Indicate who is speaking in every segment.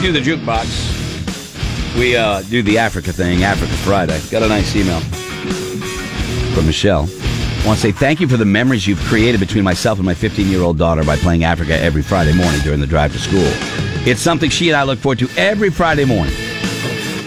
Speaker 1: do the jukebox. We uh, do the Africa thing, Africa Friday. Got a nice email from Michelle. want to say thank you for the memories you've created between myself and my 15 year old daughter by playing Africa every Friday morning during the drive to school. It's something she and I look forward to every Friday morning.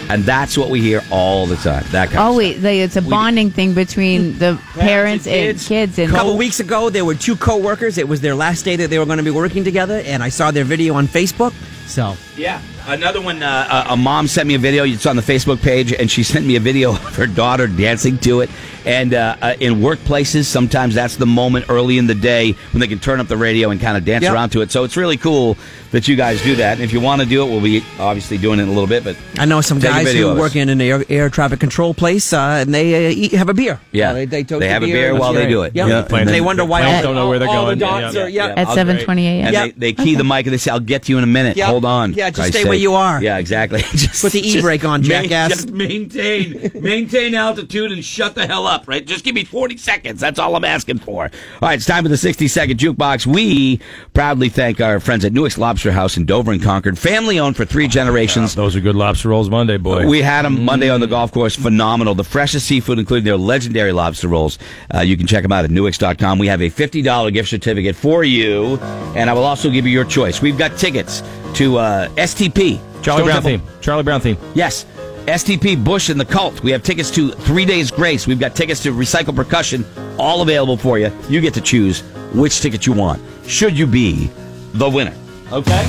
Speaker 1: And that's what we hear all the time. That kind
Speaker 2: Oh
Speaker 1: of
Speaker 2: wait, like, it's a
Speaker 1: We-
Speaker 2: bonding thing between the parents and
Speaker 1: and
Speaker 2: kids.
Speaker 1: kids.
Speaker 2: and
Speaker 3: A couple weeks ago, there were two co-workers. It was their last day that they were going to be working together, and I saw their video on Facebook. So
Speaker 1: Yeah. Another one, uh, a a mom sent me a video. It's on the Facebook page, and she sent me a video of her daughter dancing to it. And uh, uh, in workplaces, sometimes that's the moment early in the day when they can turn up the radio and kind of dance
Speaker 3: Yep.
Speaker 1: around to it. So it's really cool that you guys do that. And if you want to do it, we'll be obviously doing it in a little bit. But
Speaker 3: I know some
Speaker 1: Take a
Speaker 3: guys
Speaker 1: video
Speaker 3: who
Speaker 1: of
Speaker 3: work
Speaker 1: us.
Speaker 3: in an air, air traffic control place, uh, and they uh, eat, have a beer.
Speaker 1: Yeah.
Speaker 3: Uh, they, they, took
Speaker 1: They
Speaker 3: the
Speaker 1: have a
Speaker 3: beer
Speaker 1: beer
Speaker 3: and-
Speaker 1: while they do it.
Speaker 3: Yeah,
Speaker 1: Yeah.
Speaker 3: and they
Speaker 1: Planes-
Speaker 3: wonder why
Speaker 2: planes
Speaker 3: all-
Speaker 2: don't
Speaker 4: know where they're
Speaker 3: all
Speaker 4: going.
Speaker 3: The dots
Speaker 4: Yeah.
Speaker 3: Are, yeah.
Speaker 2: At
Speaker 1: I'll-
Speaker 2: 7:20 a.m.
Speaker 1: And
Speaker 3: Yeah.
Speaker 1: they, they key the mic and they say, I'll get to you in a minute.
Speaker 3: Yeah.
Speaker 1: Hold on.
Speaker 3: Yeah, just
Speaker 1: Christ's
Speaker 3: stay where
Speaker 1: sake.
Speaker 3: you are.
Speaker 1: Yeah, exactly. just,
Speaker 3: Put the E e-brake
Speaker 1: just
Speaker 3: on,
Speaker 1: main-
Speaker 3: jackass.
Speaker 1: just maintain, maintain altitude and shut the hell up, right? Just give me 40 seconds. That's all I'm asking for. All right, it's time for the 60 second jukebox. We proudly thank our friends at Newick's Lobster House in Dover and Concord, family owned for three generations.
Speaker 4: Those are good lobster rolls Monday, Oh, boy.
Speaker 1: We had them Monday on the golf course. Phenomenal. The freshest seafood, including their legendary lobster rolls. Uh, you can check them out at newix.com. We have a $50 gift certificate for you, and I will also give you your choice. We've got tickets to uh, STP.
Speaker 4: Charlie
Speaker 1: Stone Temple-
Speaker 4: Brown theme. Charlie Brown theme.
Speaker 1: Yes. STP, Bush, and the Cult. We have tickets to Three Days Grace. We've got tickets to Recycle Percussion, all available for you. You get to choose which ticket you want, should you be the winner. Okay?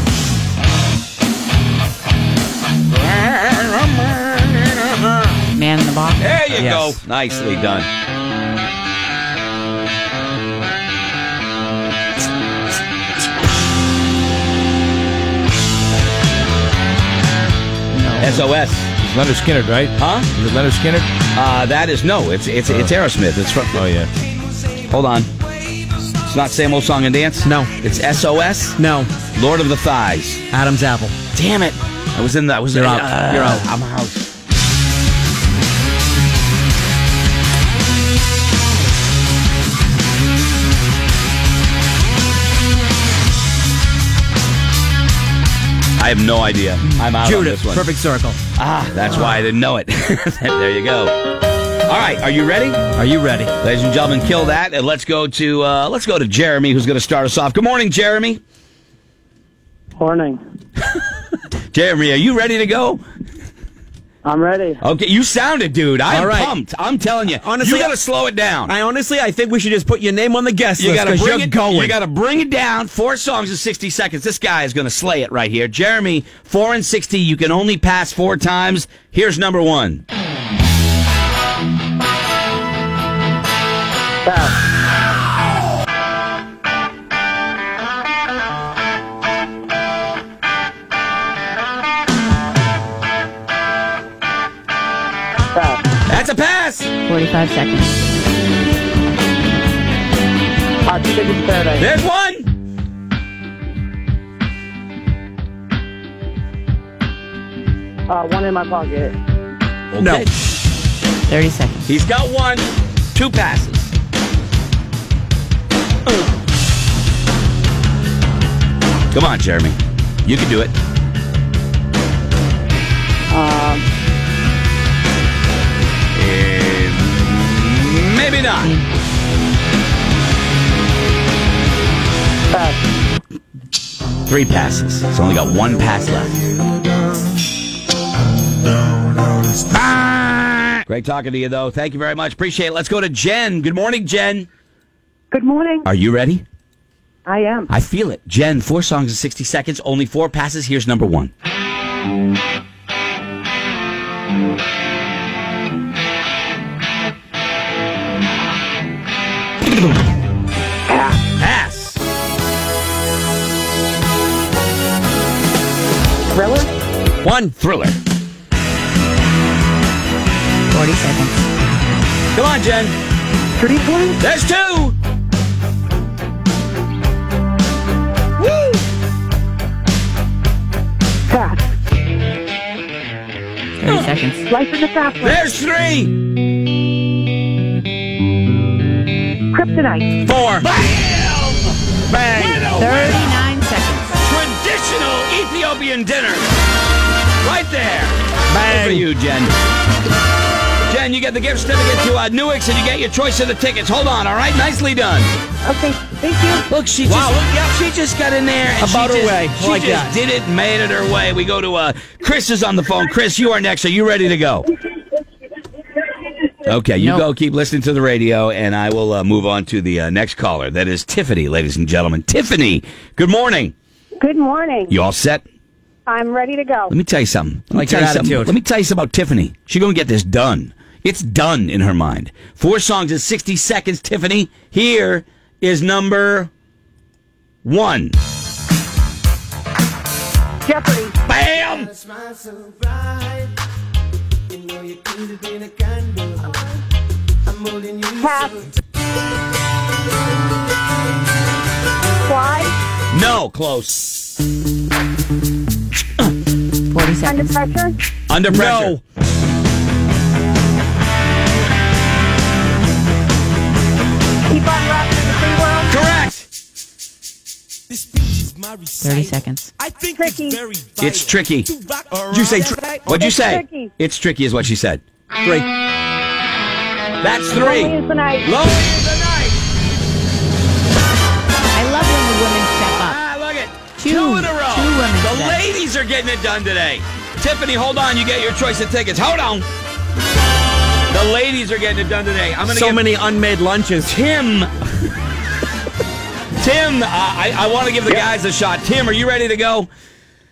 Speaker 2: man in the box.
Speaker 1: There you
Speaker 3: Yes.
Speaker 1: go. Nicely done. SOS.
Speaker 4: It's Leonard Skinner, right?
Speaker 1: Huh?
Speaker 4: Is it Leonard Skinner?
Speaker 1: Uh, that is no. It's it's it's Aerosmith. It's from.
Speaker 4: Oh, yeah.
Speaker 1: Hold on. It's not same old song and dance.
Speaker 3: No.
Speaker 1: It's SOS.
Speaker 3: No,
Speaker 1: Lord of the Thighs.
Speaker 3: Adam's apple.
Speaker 1: Damn it! I was in that. I was
Speaker 3: You're
Speaker 1: in,
Speaker 3: out.
Speaker 1: uh,
Speaker 3: You're out.
Speaker 1: I'm out. I have no idea. I'm out on
Speaker 3: Judith,
Speaker 1: this one.
Speaker 3: perfect circle.
Speaker 1: Ah, that's why I didn't know it. there you go. All right, are you ready,
Speaker 3: Are you ready?
Speaker 1: ladies and gentlemen? Kill that, and let's go to uh, let's go to Jeremy, who's going to start us off. Good morning, Jeremy.
Speaker 5: Morning.
Speaker 1: Jeremy, are you ready to go?
Speaker 5: I'm ready.
Speaker 1: Okay, you sounded, dude. I am
Speaker 3: All right.
Speaker 1: pumped. I'm telling you.
Speaker 3: Honestly,
Speaker 1: you got to slow it down.
Speaker 3: I honestly, I think we should just put your name on the guest
Speaker 1: you
Speaker 3: list
Speaker 1: gotta
Speaker 3: 'cause
Speaker 1: bring
Speaker 3: you're
Speaker 1: it.
Speaker 3: going.
Speaker 1: You got to bring it down. Four songs in 60 seconds. This guy is going to slay it right here. Jeremy, four and 60. You can only pass four times. Here's number one.
Speaker 5: Pass. Pass.
Speaker 1: That's a pass.
Speaker 2: 45 seconds.
Speaker 5: Hot Chicken Paradise.
Speaker 1: There's one.
Speaker 5: Uh, one in my pocket.
Speaker 3: No.
Speaker 1: Okay.
Speaker 2: 30 seconds.
Speaker 1: He's got one. Two passes. Come on, Jeremy. You can do it.
Speaker 5: Um,
Speaker 1: Eh, Maybe not.
Speaker 5: pass.
Speaker 1: Three passes. He's only got one pass left. Ah! Great talking to you, though. Thank you very much. Appreciate it. Let's go to Jen. Good morning, Jen.
Speaker 5: Good morning.
Speaker 1: Are you ready?
Speaker 5: I am.
Speaker 1: I feel it. Jen, four songs in 60 seconds, only four passes. Here's number one. Pass.
Speaker 5: Thriller?
Speaker 1: One thriller.
Speaker 2: 40 seconds.
Speaker 1: Come on, Jen.
Speaker 5: Street Boys?
Speaker 1: There's two. Woo!
Speaker 5: Pass.
Speaker 2: 30 seconds.
Speaker 5: Life in the Fast Lane.
Speaker 1: There's three.
Speaker 5: Kryptonite.
Speaker 1: Four. Bam! Bang!
Speaker 2: 39 seconds.
Speaker 1: Traditional Ethiopian Ethiopian dinner. Right there. Good for
Speaker 4: Bang.
Speaker 1: you, Jen. Jen, you get the gift certificate to uh, Newix and you get your choice of the tickets. Hold on, all right? Nicely done.
Speaker 5: Okay, thank you.
Speaker 1: Look, she just
Speaker 3: Wow, look, yep.
Speaker 1: she just got in there. And
Speaker 3: About
Speaker 1: she
Speaker 3: her
Speaker 1: just,
Speaker 3: way.
Speaker 1: She
Speaker 3: Like
Speaker 1: just
Speaker 3: that.
Speaker 1: did it, made it her way. We go to uh, Chris is on the phone. Chris, you are next. Are you ready to go? Okay, you
Speaker 2: No.
Speaker 1: go. Keep listening to the radio, and I will uh, move on to the uh, next caller. That is Tiffany, ladies and gentlemen. Tiffany, good morning.
Speaker 5: Good morning.
Speaker 1: You all set?
Speaker 5: I'm ready to go.
Speaker 1: Let me tell you something. Let me
Speaker 3: Like
Speaker 1: tell
Speaker 3: your
Speaker 1: you something.
Speaker 3: attitude.
Speaker 1: Let me tell you something about Tiffany. She's gonna get this done. It's done in her mind. Four songs in sixty seconds. Tiffany, here is number one.
Speaker 5: Jeopardy.
Speaker 1: Bam!
Speaker 6: smile so bright. You know you could have been a candle. I'm holding you
Speaker 5: Pass. Fly.
Speaker 1: No, close.
Speaker 2: 40
Speaker 5: Under
Speaker 2: seconds.
Speaker 5: pressure.
Speaker 1: Under pressure.
Speaker 3: No.
Speaker 5: Keep on rocking the free world.
Speaker 1: Correct.
Speaker 7: This speech is my recital.
Speaker 2: 30 seconds.
Speaker 7: I think
Speaker 5: Tricky.
Speaker 7: it's very vital.
Speaker 1: It's tricky.
Speaker 7: to rock
Speaker 1: Did you say?
Speaker 7: around
Speaker 1: Tr-
Speaker 7: that
Speaker 1: what'd you
Speaker 5: It's
Speaker 1: say?
Speaker 5: tricky.
Speaker 1: It's tricky, is what she said.
Speaker 3: Three.
Speaker 1: That's
Speaker 5: Lonely
Speaker 1: three.
Speaker 5: is the night.
Speaker 1: Lonely is the night.
Speaker 2: I love when the women step up.
Speaker 1: Ah, look at
Speaker 2: Two.
Speaker 1: two, in a row.
Speaker 2: Two women
Speaker 1: the
Speaker 2: today.
Speaker 1: ladies are getting it done today. Tiffany, hold on. You get your choice of tickets. Hold on. The ladies are getting it done today. I'm gonna
Speaker 3: So
Speaker 1: give
Speaker 3: many unmade lunches.
Speaker 1: Tim. Tim, uh, I, I want to give the guys a shot. Tim, are you ready to go?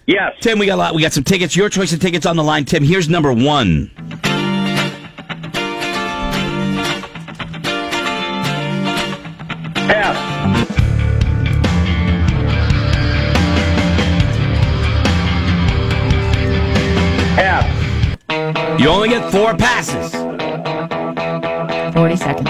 Speaker 8: Yes.
Speaker 1: Tim, we got a lot. We got some tickets. Your choice of tickets on the line. Tim, here's number one.
Speaker 8: Pass. Pass.
Speaker 1: You only get four passes.
Speaker 2: 40 seconds.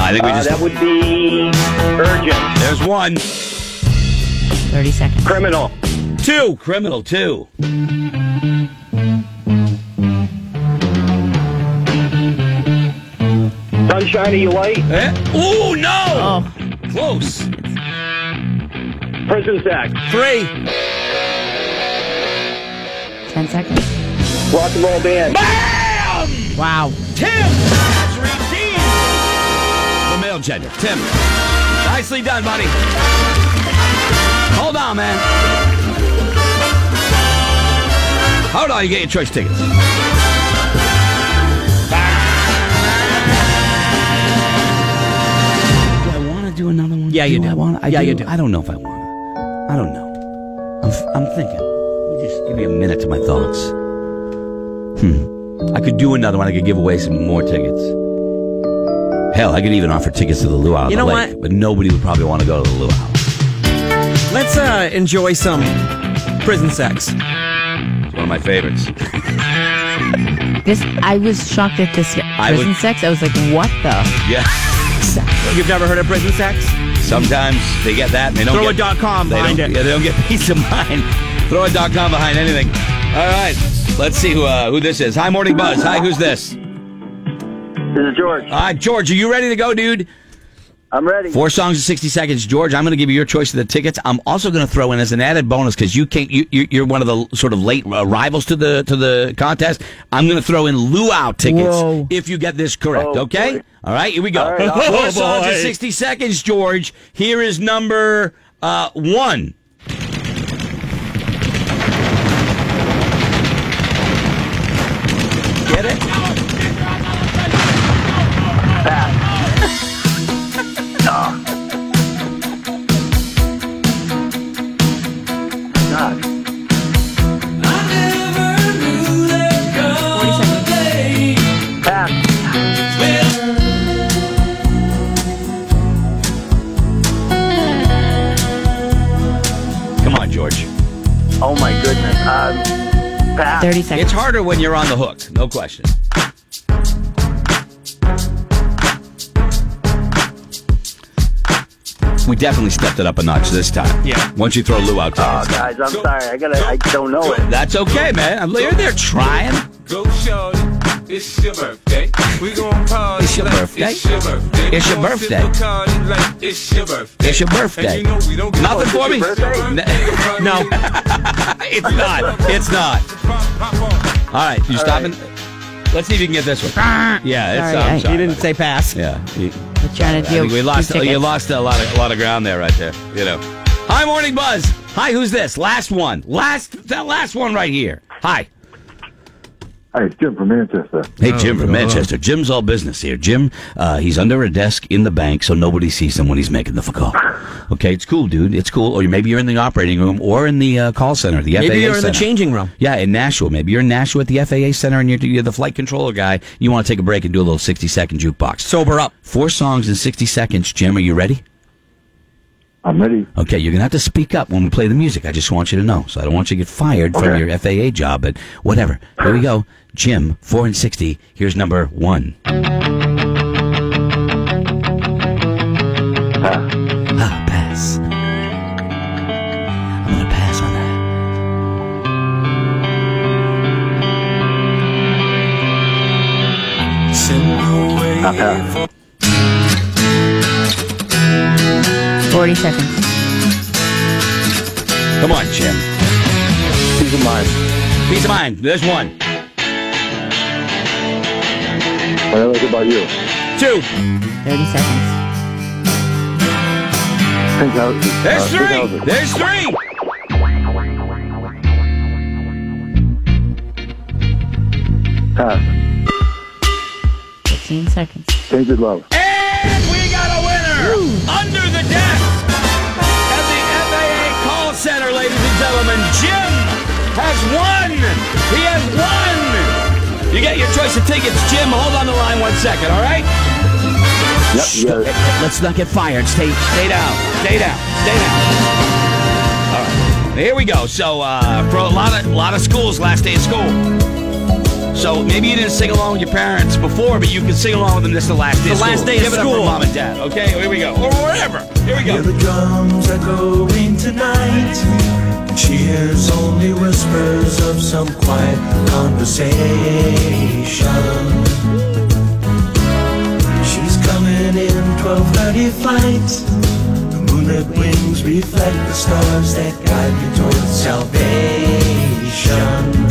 Speaker 1: I think we
Speaker 8: Uh,
Speaker 1: just.
Speaker 8: that would be urgent.
Speaker 1: there's one,
Speaker 2: 30 seconds.
Speaker 8: Criminal.
Speaker 1: two, criminal, two.
Speaker 8: Sunshine of your light.
Speaker 1: Eh? Ooh, no!
Speaker 2: Oh,
Speaker 1: Close.
Speaker 8: Prison sex.
Speaker 3: Three.
Speaker 2: 10 seconds.
Speaker 8: Rock and roll band.
Speaker 1: Bam!
Speaker 2: Wow.
Speaker 1: Tim has redeemed the male gender. Tim, nicely done, buddy. Hold on, man. Hold on, you get your choice tickets. Do I want to do another one?
Speaker 3: Yeah, you do.
Speaker 1: I want. I
Speaker 3: Yeah,
Speaker 1: do.
Speaker 3: you do.
Speaker 1: I don't know if I want to. I don't know. I'm, f- I'm thinking. You just give me a minute to my thoughts. Hmm. I could do another one. I could give away some more tickets. Hell, I could even offer tickets to the luau. on
Speaker 3: You
Speaker 1: the
Speaker 3: know
Speaker 1: lake,
Speaker 3: what?
Speaker 1: But nobody would probably want to go to the luau.
Speaker 3: Let's uh, enjoy some prison sex.
Speaker 1: It's one of my favorites.
Speaker 2: This I was shocked at this prison
Speaker 1: was-
Speaker 2: sex. I was like, what the?
Speaker 1: Yeah.
Speaker 3: You've never heard of prison sex?
Speaker 1: Sometimes they get that and they don't
Speaker 3: Throw
Speaker 1: get,
Speaker 3: a dot com
Speaker 1: Oh, they
Speaker 3: behind
Speaker 1: don't-
Speaker 3: it.
Speaker 1: Yeah, they don't get peace of mind. Throw a dot com behind anything. All right. Let's see who uh, who this is. Hi, Morning Buzz. Hi, who's this?
Speaker 8: This is George.
Speaker 1: Uh, George, are you ready to go, dude?
Speaker 8: I'm ready.
Speaker 1: Four songs in 60 seconds. George, I'm going to give you your choice of the tickets. I'm also going to throw in as an added bonus because you can't, you, you- you're one of the sort of late arrivals to the, to the contest. I'm going to throw in luau tickets
Speaker 3: Whoa.
Speaker 1: if you get this correct.
Speaker 8: Oh,
Speaker 1: okay.
Speaker 8: boy.
Speaker 1: All right. Here we go.
Speaker 8: All right.
Speaker 1: Four
Speaker 4: Oh,
Speaker 1: songs in
Speaker 4: boy.
Speaker 1: 60 seconds, George. Here is number, uh, one. Get it?
Speaker 8: Pass.
Speaker 1: Come on, George.
Speaker 8: Oh my goodness. Um, pass.
Speaker 2: 30 seconds.
Speaker 1: Ah, It's harder when you're on the hook, no question. We definitely stepped it up a notch this time.
Speaker 4: Yeah.
Speaker 1: Once you throw luau
Speaker 8: Oh,
Speaker 1: tickets.
Speaker 8: guys, I'm sorry. I gotta. I don't know it.
Speaker 1: That's okay, man. I'm, they're, they're trying.
Speaker 4: Go, Shorty.
Speaker 7: It's your birthday. We gon' party
Speaker 1: It's your
Speaker 7: like
Speaker 1: birthday.
Speaker 7: It's your birthday.
Speaker 1: It's your
Speaker 7: We gon' sip
Speaker 1: birthday.
Speaker 7: Bacardi like It's your birthday.
Speaker 1: It's your birthday.
Speaker 7: And you know we don't give
Speaker 1: Nothing
Speaker 7: a
Speaker 1: for
Speaker 7: fuck.
Speaker 8: Oh,
Speaker 1: me?
Speaker 7: It's your birthday.
Speaker 1: No. it's not. It's not.
Speaker 7: Pop, pop on.
Speaker 1: All right, you stopping? Let's see if you can get this one.
Speaker 7: Ah.
Speaker 1: Yeah, it's
Speaker 2: Sorry,
Speaker 1: I'm
Speaker 2: I-
Speaker 1: sorry.
Speaker 3: You didn't say pass.
Speaker 1: Yeah, you,
Speaker 2: We're trying to
Speaker 1: I
Speaker 2: do.
Speaker 1: think we lost.
Speaker 2: two
Speaker 1: You
Speaker 2: tickets.
Speaker 1: lost a lot of a lot of ground there, right there. You know. Hi, morning buzz. Hi, who's this? Last one. Last that last one right here. Hi.
Speaker 8: Hey, it's Jim from Manchester.
Speaker 1: Hey, Jim from Manchester. Jim's all business here. Jim, uh, he's under a desk in the bank, so nobody sees him when he's making the phone call. Okay, it's cool, dude. It's cool. Or maybe you're in the operating room or in the uh, call center, the FAA
Speaker 3: Maybe you're in the
Speaker 1: center.
Speaker 3: changing room.
Speaker 1: Yeah, in Nashua. Maybe you're in Nashua at the FAA center and you're, you're the flight controller guy. You want to take a break and do a little 60 second jukebox. So,
Speaker 3: Sober up.
Speaker 1: four songs in 60 seconds. Jim, are you ready?
Speaker 8: I'm ready.
Speaker 1: Okay, you're going to have to speak up when we play the music. I just want you to know. So I don't want you to get fired from
Speaker 8: Okay.
Speaker 1: your FAA job, but whatever. Here we go. Jim, 4 and 60. Here's number one.
Speaker 8: Pass.
Speaker 1: Ah, pass. I'm gonna pass on that.
Speaker 8: I pass.
Speaker 2: Forty seconds.
Speaker 1: Come on, Jim.
Speaker 8: Peace of mind.
Speaker 1: Peace of mind. There's one,
Speaker 8: What I like about you.
Speaker 1: two,
Speaker 2: Thirty seconds.
Speaker 8: Pink house.
Speaker 1: there's
Speaker 8: uh, pink
Speaker 1: three,
Speaker 8: houses.
Speaker 1: there's three.
Speaker 8: Pass.
Speaker 2: Fifteen seconds.
Speaker 8: Tainted love.
Speaker 1: And we got a winner under the desk at the FAA call center, ladies and gentlemen. Jim has won. He has won. You get your choice of tickets, Jim. Hold on the line one second, all right?
Speaker 8: Yep,
Speaker 1: Shh,
Speaker 8: you got it.
Speaker 1: Let's not get fired. Stay, stay down. Stay down. Stay down. All right. Here we go. So, uh, for a lot of lot of schools, last day of school. So maybe you didn't sing along with your parents before, but you can sing along with them. This is the last day.
Speaker 3: The
Speaker 1: of
Speaker 3: last
Speaker 1: school.
Speaker 3: day of
Speaker 1: Give it up
Speaker 3: school.
Speaker 1: for mom and dad. Okay, here we go. Or whatever. Here we
Speaker 7: Hear
Speaker 1: go.
Speaker 7: the drums echoing tonight. Cheers, only whispers of some quiet conversation. She's coming in 12:30 flight. The moonlit wings reflect the stars that guide me towards salvation.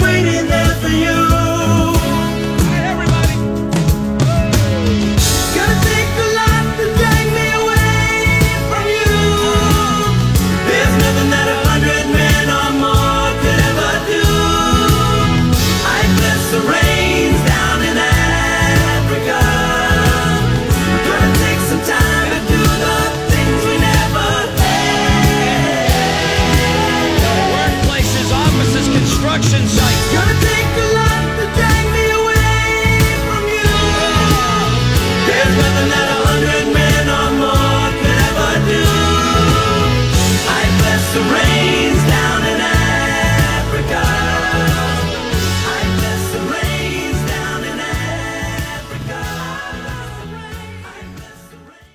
Speaker 7: waiting there for you.